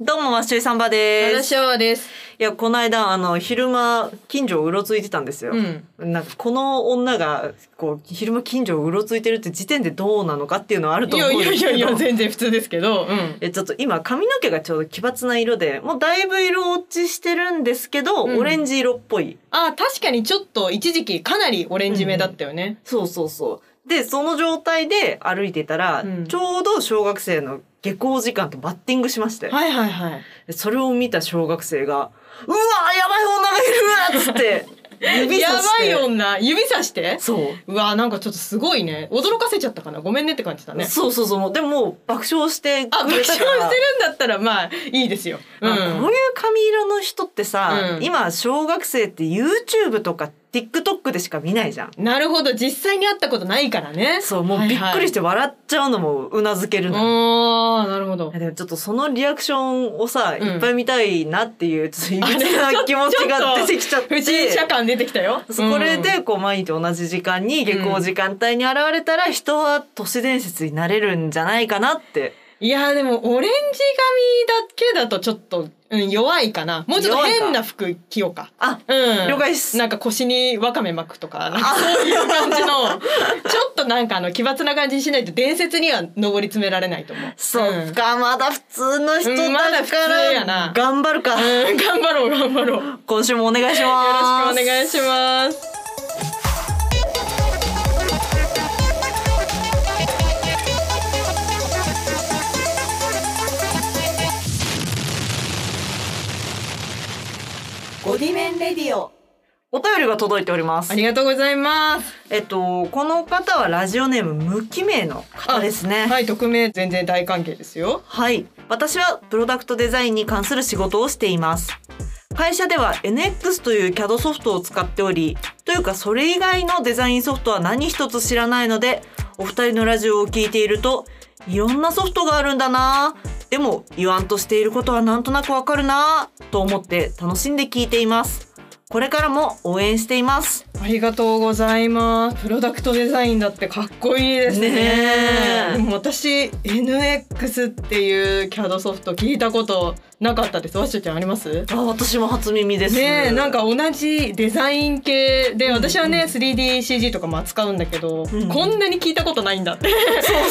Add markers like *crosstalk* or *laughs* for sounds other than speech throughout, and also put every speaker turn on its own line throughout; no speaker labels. どうも、マッシュイサンバです。
シャワーです。
いや、この間、あの、昼間、近所をうろついてたんですよ。
うん。
なんか、この女が、こう、昼間近所をうろついてるって時点でどうなのかっていうのはある
い
と思
や
うんで
い
す
や
けど。
いやいや、全然普通ですけど。うん。
えちょっと今髪の毛がちょうど奇抜な色でもうだいぶ色落ちしてるんですけど、
うん
オレンジ色っぽい
あ、確かにちょっと一時期かなりオレンジ目だったよね。
そうそうそうでその状態で歩いてたら、
うん
ちょうど小学生の下校時間とバッティングしまして、
はいはいはい。
それを見た小学生が「うわーやばい女がいる!」っつって
*laughs*
指
や
さし
ば
て
い女、指さして。
そう
うわ、なんかちょっとすごいね。驚かせちゃったかな。ごめんねって感じだね。
そうそうそうもうでも爆笑して
*laughs* あ、
くれ
爆笑して
た
る
から
んだったら、まあ、いいですよ。う。
あこうんいう髪色の人ってさ、
うん
今小学生って YouTube とか TikTok でしか見ないじゃん。
なるほど、実際に会ったことないからね。
そうもうびっくりして笑っちゃうのもうなずける
はい
の
は
よ、
い。おー、なるほど。
でもちょっとそのリアクションをさ、
うん
いっぱい見たいなっていうちょっといびつ
あれちょ
な
っと
気持ちが出てきちゃっ
不審者
て。
感出てきたよ。
そうこれ
うん
でこう毎日同じ時間に下校時間帯に現れたら人は都市伝説になれるんじゃないかなって
いやーでもオレンジ髪だけだとちょっと、うん、弱いかな。もうちょっと
弱いか
変な服着ようか。
あ
うん。
了解っす
なんか腰にわかめ巻くとか、なんかそういう感じの、ちょっとなんかあの奇抜な感じにしないと伝説には上り詰められないと思う。
そっか、まだ普通の人
うんまだ
だ
普
か
通や
ら
な
頑張るか、
うん。うん、頑張ろう頑張ろう。よろしく
今週もお願いし
お
ます
願いします。
ゴディメンレディオお便りが届いております
ありがとうございます。
えっとこの方はラジオネーム無記名の方ですね
はい、匿名全然大歓迎ですよ。
はい私はプロダクトデザインに関する仕事をしています会社では NX という CAD ソフトを使っておりというかそれ以外のデザインソフトは何一つ知らないのでお二人のラジオを聞いているといろんなソフトがあるんだなぁでも言わんとしていることはなんとなくわかるなぁと思って楽しんで聞いていますこれからも応援しています
ありがとうございます。プロダクトデザインだってかっこいいですね。
ねえ
でも私 NX っていう CAD ソフト聞いたことなかったです。わっしょちゃんあります？
あ私も初耳です
ねえなんか同じデザイン系で
うん
私はね 3DCG とかも扱うんだけど、
うん
こんなに聞いたことないんだって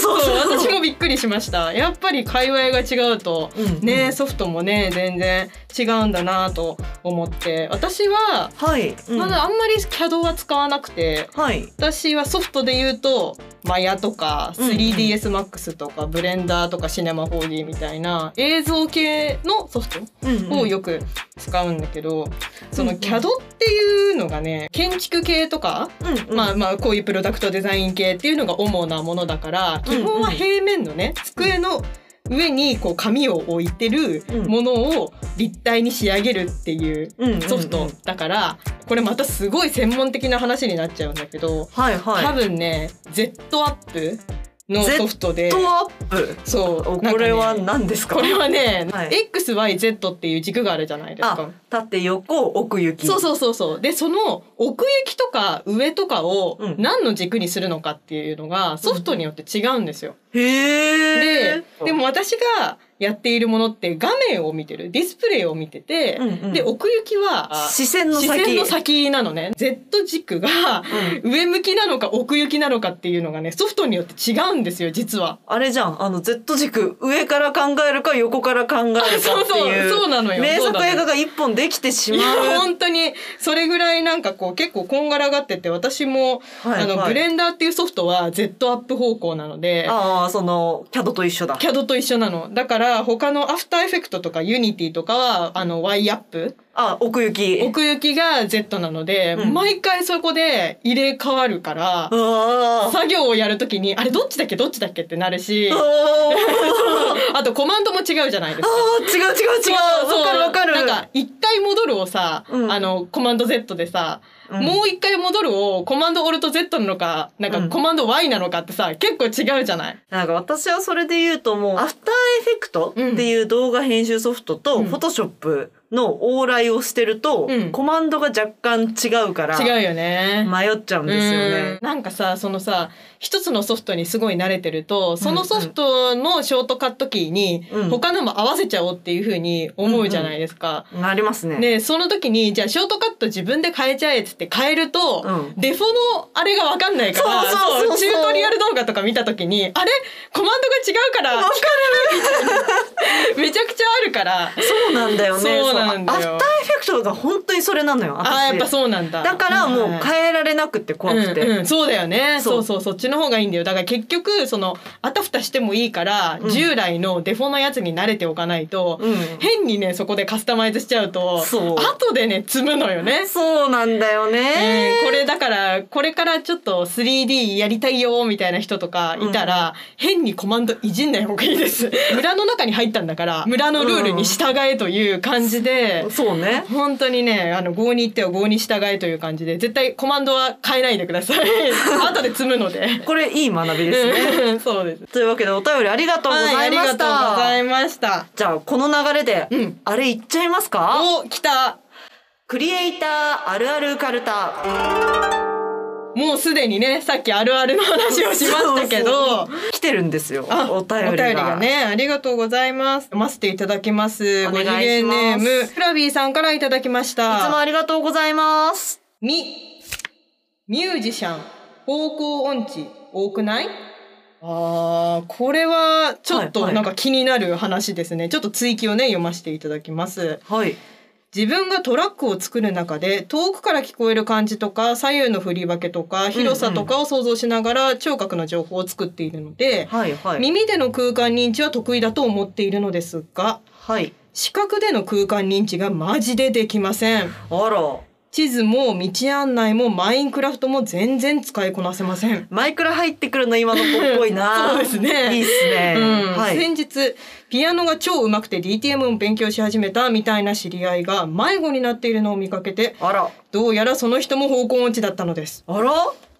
そう
そ
そううそう
私もびっくりしましたやっぱり界隈が違うと
うんうん
ねえソフトもね全然違うんだなと思って私は
はい、うん
まだあんまり CAD は使わなくて、
はい
私はソフトで言うとマヤとか
うんうん
3DSMAX とかブレンダーとかシネマ 4D みたいな映像系のソフトをよく使うんだけど、その
うんうん
CAD っていうのがね建築系とか、
うんうん
まあまあこういうプロダクトデザイン系っていうのが主なものだから
うんうん
基本は平面のね机の上にこう紙を置いてるものを立体に仕上げるっていう
うんうん
ソフトだから、これまたすごい専門的な話になっちゃうんだけど、
はい
多
は
分ね Z アップのソフト
い
で
トアップ
そう
これは
なんかね
何ですか
これはね、
はい
XYZ っていう軸があるじゃないです
あ
か。
縦横奥行き
そうそうそうそうでその奥行きとか上とかを
うん
何の軸にするのかっていうのがソフトによって違うんですよ。
へ
で
え
でも私がやっているものって画面を見てるディスプレイを見てて、
うんうん
で奥行きは
視線の
視
先
線の先なのね Z 軸が
うん
上向きなのか奥行きなのかっていうのがねソフトによって違うんですよ実は。
あれじゃんあの Z 軸上から考えるか横から考えるかっていう
*laughs* そうそうそうなのよ
名
そう
作
なのよ
映画が一本できてし
い
まう
や本当にそれぐらいなんかこう結構こんがらがってて私も、
はいは
あの
い
ブレンダーっていうソフトは Z アップ方向なので
ああその CAD と一緒だ
CAD と一緒なのだから他のアフターエフェクトとかユニティとかはあの Y アップ
あ奥行き
奥行きが Z なので、
うん
毎回そこで入れ替わるから、
ああ
作業をやるときにあれどっちだっけどっちだっけってなるし、
あ
*laughs* あとコマンドも違うじゃないですか。
ー違う違う違
そう
う
そう
わかるわかる
なんか一回戻るをさ、
うん
あのコマンド Z でさ、
うん
もう一回戻るをコマンドオルト Z なのかなん
う
か
ん
コマンド Y なのかってさ結構違うじゃない。
なんか私はそれで言うともうアフターエフェクトっていう動画編集ソフトと
うん
フォトショップの往来をしてると、
うん
コマンドが若干違うから
違うよね。
迷っちゃうんですよ
うん
ね。
なんかさそのさ一つのソフトにすごい慣れてるとそのソフトのショートカットキーに
うん
他のも合わせちゃおうっていうふうに思うじゃないですか。
なりますね。
でその時にじゃあショートカット自分で変えちゃえっつって変えると、
うん
デフォのあれが分かんないから
そうそうそうそう
チュートリアル動画とか見た時にあれコマンドが違うから聞かれるみたいなめちゃくちゃあるから
そうなんだよね。
そうなんだよ
そうアフターエフェクトが本当にそれなのよ。私
あーやっぱそうなんだ
だからもう
はい
変えられなくて怖くて。
うんうんそうだよね
そ
そううそうそっちの方がいいんだよだから結局そのあたふたしてもいいから、
うん
従来のデフォのやつに慣れておかないと、
うん
変にねそこでカスタマイズしちゃうと
そう
後でね積むのよね。
そうなんだよね。
うんこれだからこれからちょっと 3D やりたいよみたいな人とかいたら、変にコマンドいじんない方がいいです
*laughs*
村の中に入ったんだから村のルールに従えという感じで、
そうね。
本当にねあの合に行っては合に従えという感じで絶対コマンドは変えないでください
*laughs*
後で積むので
これいい学びですね。
うんそうです
というわけでお便りありがとうございました。
はい、ありがとうございました
じゃあこの流れで、
うん
あれいっちゃいますか
お来た
クリエイターあるあるカルタ
*laughs* もうすでにねさっきあるあるの話をしましたけど
そうそう来てるんですよ
あ
お便りが
ねありがとうございます読ませていただきます
お
ご
願いし
次
ます
元ネームフラビーさんからいただきまし
い
た
つもありがとうございます
み、ミュージシャン、方向音痴、多くないあー、これはちょっ
はい
と
はい
なんか気になる話ですね。ちょっと追記をね、読ませていただきます。
はい
自分がトラックを作る中で、遠くから聞こえる感じとか、左右の振り分けとか、広さとかを想像しながら聴覚の情報を作っているので、
はいはい
耳での空間認知は得意だと思っているのですが、
はい
視覚での空間認知がマジでできません。
あら
地図も道案内もマインクラフトも全然使いこなせません。
マイクラ入ってくるの今の子っぽいな
*laughs* そうですね
いいっすね、
うん
はい
先日ピアノが超上手くて DTM を勉強し始めたみたいな知り合いが迷子になっているのを見かけて
あら
どうやらその人も方向音痴だったのです
あら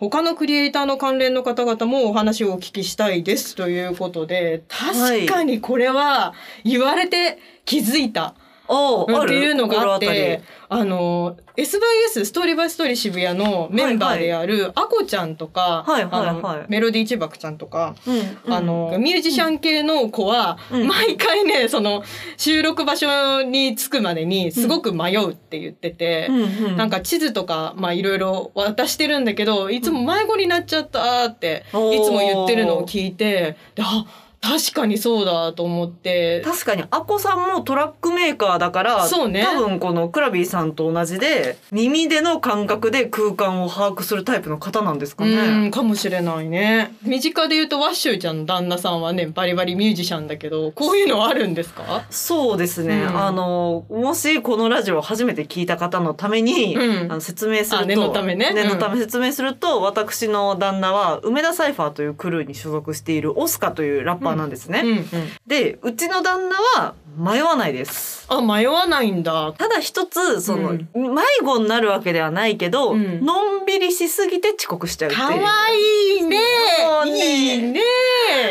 他のクリエイターの関連の方々もお話をお聞きしたいですということで確かにこれは言われて気づいた、
おうあ
っ
る
ていうのがあ
心
ってあの SYS ストーリーバイストーリー渋谷のメンバーであるあこちゃんとか、
はいはいは
あ
い
のメロディー千葉くちゃんとか、
当たりうんうん
あのミュージシャン系の子は、
うん
毎回ねその収録場所に着くまでにすごく迷うって言ってて。
うんうん
なんか地図とかまあいろいろ渡してるんだけどいつも迷子になっちゃったっていつ
うん
も言ってるのを聞いてであ確かにそうだと思って
確かにアコさんもトラックメーカーだから
そうね
多分このクラビーさんと同じで耳での感覚で空間を把握するタイプの方なんですか
う
ね。
ん、かもしれないね。身近で言うと、ワッシューちゃんの旦那さんはね、バリバリミュージシャンだけど、こういうのはあるんですか
そうですね、
うん
あのもしこのラジオを初めて聞いた方のために、
うん
あの説明すると
あ念のためね
念のため説明すると、私の旦那は梅田サイファーというクルーに所属しているオスカというラッパーなんですね、
うん、うん。
でうちの旦那は迷わないです
あ、迷わないんだ。
ただ一つその、
うん
迷子になるわけではないけど、
うん
のんびりしすぎて遅刻しちゃうって
かわ
いう。
いいね
もうね
いいね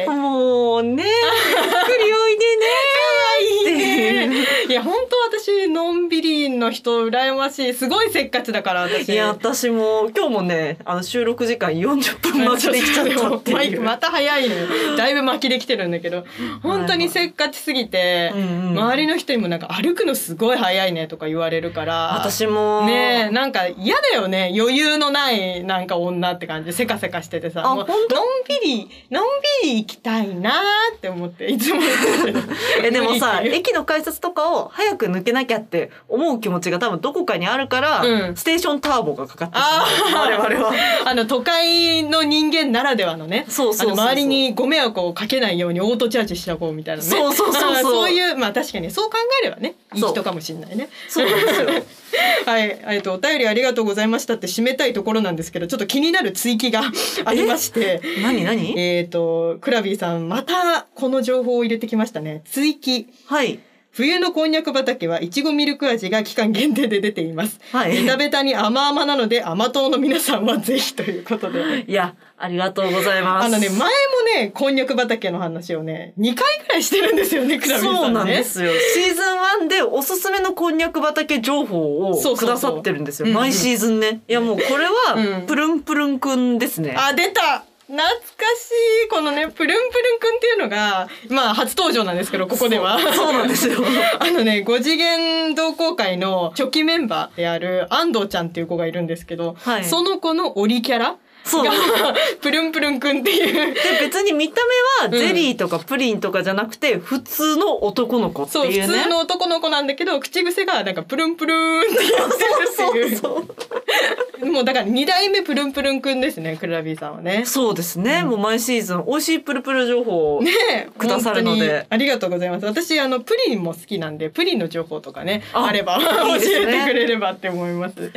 もうね、ゆっくりおいでね。
いい
っ
*laughs* ねいや、本当私、のんびりの人、羨ましい。すごいせっかちだから、私。
いや、私も今日もね、あの収録時間40分
ま
待ち
あ
できちゃっ
*laughs*
たって
マイ
い
ク
う。
また早いのよだいぶ巻きできてるんだけど本当にせっかちすぎて、
うんうん
周りの人にもなんか歩くのすごい早いねとか言われるから
私も。
ねえなんか嫌だよね余裕のないなんか女って感じせかせかしててさ
あ
もう
本当
のんびりのんびり行きたいなーって思っていつも言ってる
*laughs* えでもさ
無理っていう
駅の改札とかを早く抜けなきゃって思う気持ちが多分どこかにあるから、
うん
ステーションターボがかかって
あ
しまう
ー
我々は。
あの都会の人間ならではのね
そうそうそうそう
あの周りにご迷惑をかけないようにオートチャージしちゃこうみたいなね
そうそうそうそう
あーそういうまあ確かにそう考えればねいい
そう
人かもしれないね
そうなんですよ。
*laughs* はい、えっと、お便りありがとうございましたって締めたいところなんですけど、ちょっと気になる追 *laughs* 記がありまして、
何何？
えっと、クラビーさん、またこの情報を入れてきましたね。追記。
はい
冬のこんにゃく畑はいちごミルク味が期間限定で出ています。
はい。
ベタベタに甘々なので甘党の皆さんはぜひということで。
*laughs* いや、ありがとうございます。
あのね、前もね、こんにゃく畑の話をね、2回くらいしてるんですよね、クラビーさんね。
そうなんですよ。シーズン1ででおすすめのこんにゃく畑情報を
そうそうそう
くださってるんですよ
うんうん
毎シーズンねいやもうこれ
う
は
ん
プルンプルンくんですね、
あ、出た懐かしいこのね、プルンプルンくんっていうのが、まあ、初登場なんですけど、ここでは。
そうなんですよ
*laughs* あのね、5次元同好会の初期メンバーである安藤ちゃんっていう子がいるんですけど、
はい
その子のオリキャラ
そう
が
で
*laughs* プルンプルンくんっていう。
別に見た目はゼリーとかプリンとかじゃなくて普通の男の子って
そう、
い
普
うね
通の男の子なんだけど、口癖がなんかプルンプルンって言ってるっていう。
そうそう
もうだから2代目プルンプルンくんですね、クラビーさんはね。
そうですね、もう毎シーズン美味しいプルプル情報を
ねえ
くださるので
本当にありがとうございます私あのプリンも好きなんでプリンの情報とかねあ
あ
れば
いいです
教
ね
えてくれればって思います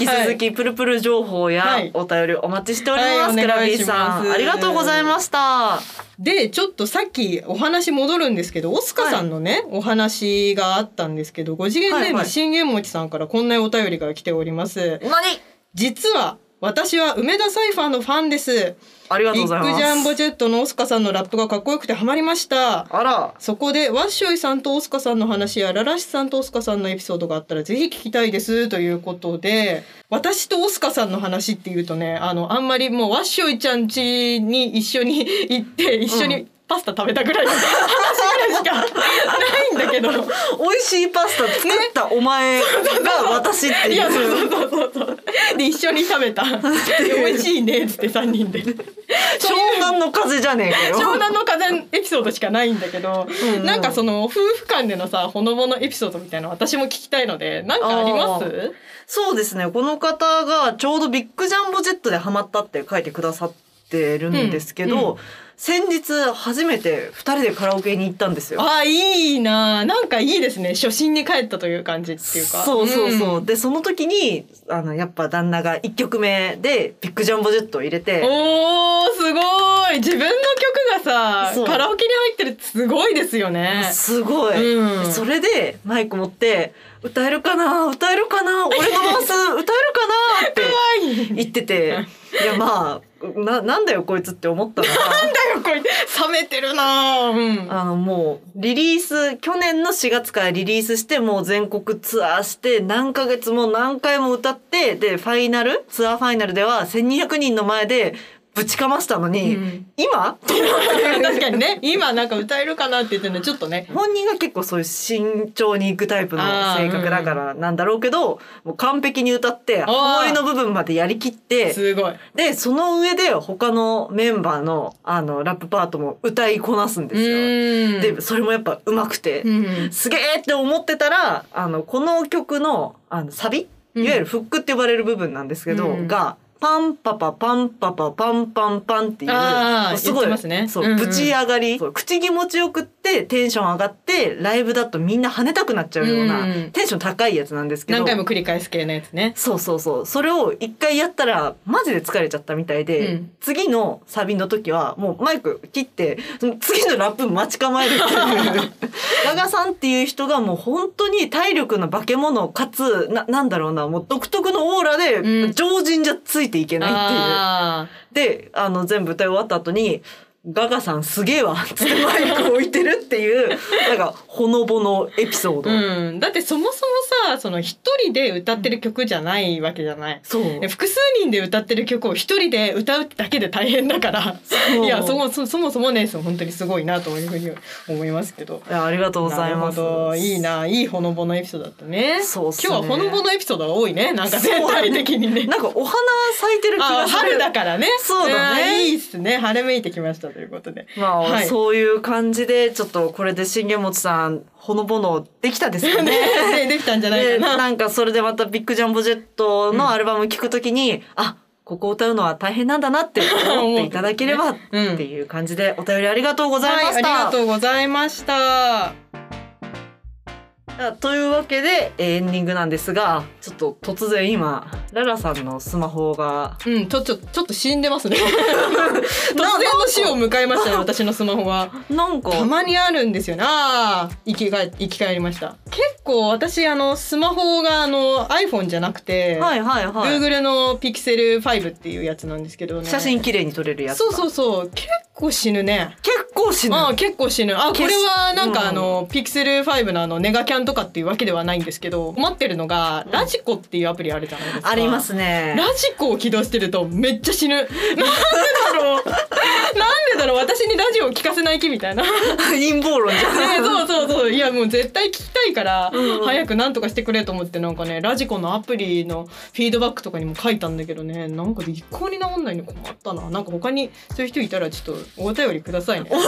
引き続きプルプル情報
は
や
い
お便りお待ちしておりま
はい
す、クラビーさ
お願いします
んありがとうございました
でちょっとさっきお話戻るんですけどオスカさんのね、お話があったんですけど5次元ネー
はいは
ム
い
信玄餅さんからこんなお便りが来ております
何
実は私は梅田サイファーのファンです
ありがとうご
ビ
ざい
ッ
ます
グジャンボジェットのオスカさんのラップがかっこよくてハマりました
あら
そこでワッショイさんとオスカさんの話やララシさんとオスカさんのエピソードがあったらぜひ聞きたいですということで私とオスカさんの話っていうとねあのあんまりもうワッショイちゃん家に一緒に行って一緒
う
にパスタ食べたぐらいの話 *laughs* ぐらいしか *laughs* ないんだけど。
美味しいパスタ作ったお前が私って
い
い
やそう
う。
そうそうそうそうで一緒に食べた
*laughs*
で美味しいねっつって3人で
湘南の風じゃねえかよ。
湘南の風エピソードしかないんだけど、
うんうん
なんかその夫婦間でのさほのぼのエピソードみたいなの私も聞きたいのでなんかあります
そうですね。この方がちょうどビッグジャンボジェットでハマったって書いてくださってるんですけ
うん
ど、先日初めて二人でカラオケに行ったんですよ。
あいいななんかいいですね初心に帰ったという感じっていうか
そうそうそう。
ん
で、その時に、あの、やっぱ旦那が一曲目でビッグジャンボジェットを入れて、
おーすごい自分の曲が
そ
さ
う
カラオケに入ってるってすごいですよね
すごい、
うん
それでマイク持って、歌えるかな歌えるかな俺のバース歌えるかなって。
怖いなんだよ
言ってて、いやまあ、な、なんだよこいつって思ったのが、
これ冷めてるなうん
あのもう、リリース、去年の4月からリリースして、もう全国ツアーして、何ヶ月も何回も歌って、で、ファイナル、ツアーファイナルでは1200人の前でぶちかましたのに、
うん *laughs*
今と思って
確かにね今なんか歌えるかなって言ってるのちょっとね
本人が結構そういう慎重に行くタイプの性格だからなんだろうけど、もう完璧に歌って、ハモリの部分までやりきって、
すごい
で、その上で他のメンバーの、あの、ラップパートも歌いこなすんですよ。
うん
で、それもやっぱ上手くて、
うん
すげーって思ってたら、あの、この曲の、あの、サビ、
うん
いわゆるフックって呼ばれる部分なんですけど、
うん
が、パンパパパンパパパンパンパンっていう
あー
す
言っ
ご
て
い、
ますね
そう、
うんうん
ぶち上がりそう口気持ちよくってテンション上がってライブだとみんな跳ねたくなっちゃうような、
うん
テンション高いやつなんですけど
何回も繰り返す系のやつね。
そうそうそう。それを一回やったら、マジで疲れちゃったみたいで、
うん
次のサビの時は、もうマイク切って、その次のラップ待ち構えるってい
*laughs*
う。ラガさんっていう人がもう本当に体力の化け物、かつ、な、なんだろうな、もう独特のオーラ
うん
で、常人じゃついていけないっていう。
あ
で、あの、全部歌い終わった後に、ガガさんすげえわっつってマイク置いてるっていう、なんか、ほのぼのエピソード。
ーうん、だってそもそもさその一人で歌ってる曲じゃないわけじゃない。
そう
で。複数人で歌ってる曲を一人で歌うだけで大変だから
そう
いやそもそそもそもねそう本当にすごいなというふうに思いますけど。
いやありがとうございます。
なるほどいいないいほのぼのエピソードだったね
そうっすね
今日はほのぼのエピソードが多いねなんか全体的にね
なんかお花咲いてる気
あ
が
ー
する。
春だからね
そうだね
あーいいっすね晴れめいてきましたということで
まあ、
はい
そういう感じで、ちょっとこれで信玄餅さん、ほのぼのできたですよね。
*laughs* ねできたんじゃない
で、
かな
なんかそれでまたビッグジャンボジェットのアルバム聞くときに、あ、ここ歌うのは大変なんだなって思っていただければ
思
*laughs* っ
うけどねうん
ていう感じでお便りありがとうございました。
はい、ありがとうございました。
あというわけでえーエンディングなんですが、ちょっと突然今、ララさんのスマホが、
うん、ちょ、ちょ、ちょっと死んで *laughs* ますね。突然の死を迎えま *laughs* したね、私のスマホが。
なんか、
たまにあるんですよね。ああ、生きが、生き返りました。結構私、あの、スマホが、あの、iPhone じゃなくて、
はいはいはい。
Google の Pixel 5っていうやつなんですけどね。
写真綺麗に撮れるやつ。
そうそうそう。結構死ぬね。
結構死ぬ。
ああ結構死ぬあこ
消
れ
し
はなん
うん
かあの、ピクセル5のあのネガキャンとかっていうわけではないんですけど困ってるのがラジコっていうアプリあるじゃないですか。
ありますね。
ラジコを起動してるとめっちゃ死ぬ。 *laughs* なんでだろう。なん *laughs* でだろう。私にラジオを聞かせない気みたい
*laughs*
な。ね、
陰謀論じゃん。
そうそうそう。いやもう絶対聞きたいから
うんうん
早くなんとかしてくれと思ってなんかねラジコのアプリのフィードバックとかにも書いたんだけどねなんか一向に治んないの困ったな。なんか他にそういう人いたらちょっとお便りくださいね。
お便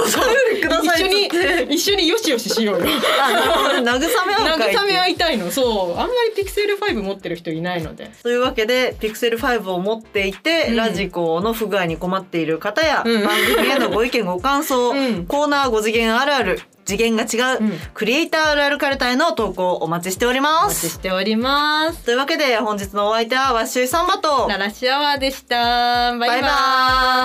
りください
一緒
っつって
に一緒によしよししようよ。
あ *laughs* なるほどね慰め合う会っていう
慰め合いたいの。そうあんまりピクセル5持ってる人いないので。
というわけで、ピクセル5を持っていて、
うん
ラジコの不具合に困っている方や、
うん
番組へのご意見、ご感想、
*laughs* うん
コーナー5次元あるある、次元が違う、
うん
クリエイターあるあるカルタへの投稿お待ちしており
お
ま
待ちし
す。
ております。
というわけで、本日のお相手は、ワッシュイサンバと、
ララシアワーでした。バイバ
バイバ
イ